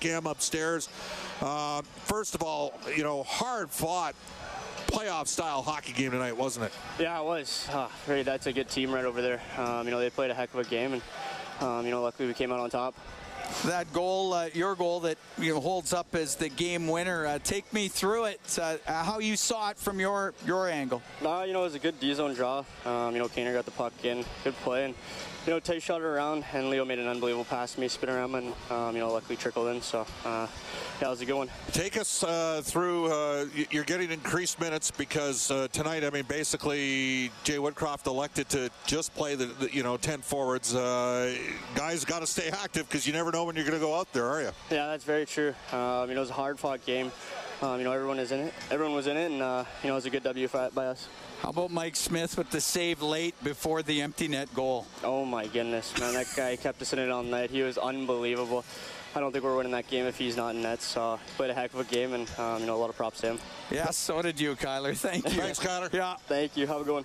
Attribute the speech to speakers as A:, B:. A: Cam upstairs. Uh, first of all, you know, hard fought playoff style hockey game tonight, wasn't it?
B: Yeah, it was. Uh, hey, that's a good team right over there. Um, you know, they played a heck of a game, and um, you know, luckily we came out on top.
C: That goal, uh, your goal that you know, holds up as the game winner. Uh, take me through it. Uh, how you saw it from your your angle.
B: Uh, you know, it was a good D zone draw. Um, you know, Kaner got the puck in, good play, and you know, Tay shot it around, and Leo made an unbelievable pass to me, spin around, and um, you know, luckily trickled in. So, uh, yeah, it was a good one.
A: Take us uh, through. Uh, y- you're getting increased minutes because uh, tonight, I mean, basically, Jay Woodcroft elected to just play the, the you know ten forwards. Uh, guys, got to stay active because you never know when you're going to go out there, are you?
B: Yeah, that's very true. Um, you know, it was a hard fought game. Um, you know, everyone is in it. Everyone was in it, and uh, you know, it was a good W fi- by us.
C: How about Mike Smith with the save late before the empty net goal?
B: Oh my goodness, man, that guy kept us in it all night. He was unbelievable. I don't think we're winning that game if he's not in net. So he played a heck of a game, and um, you know, a lot of props to him.
C: Yeah, so did you, Kyler. Thank you.
A: Thanks, Connor.
C: Yeah.
B: Thank you. Have a good one.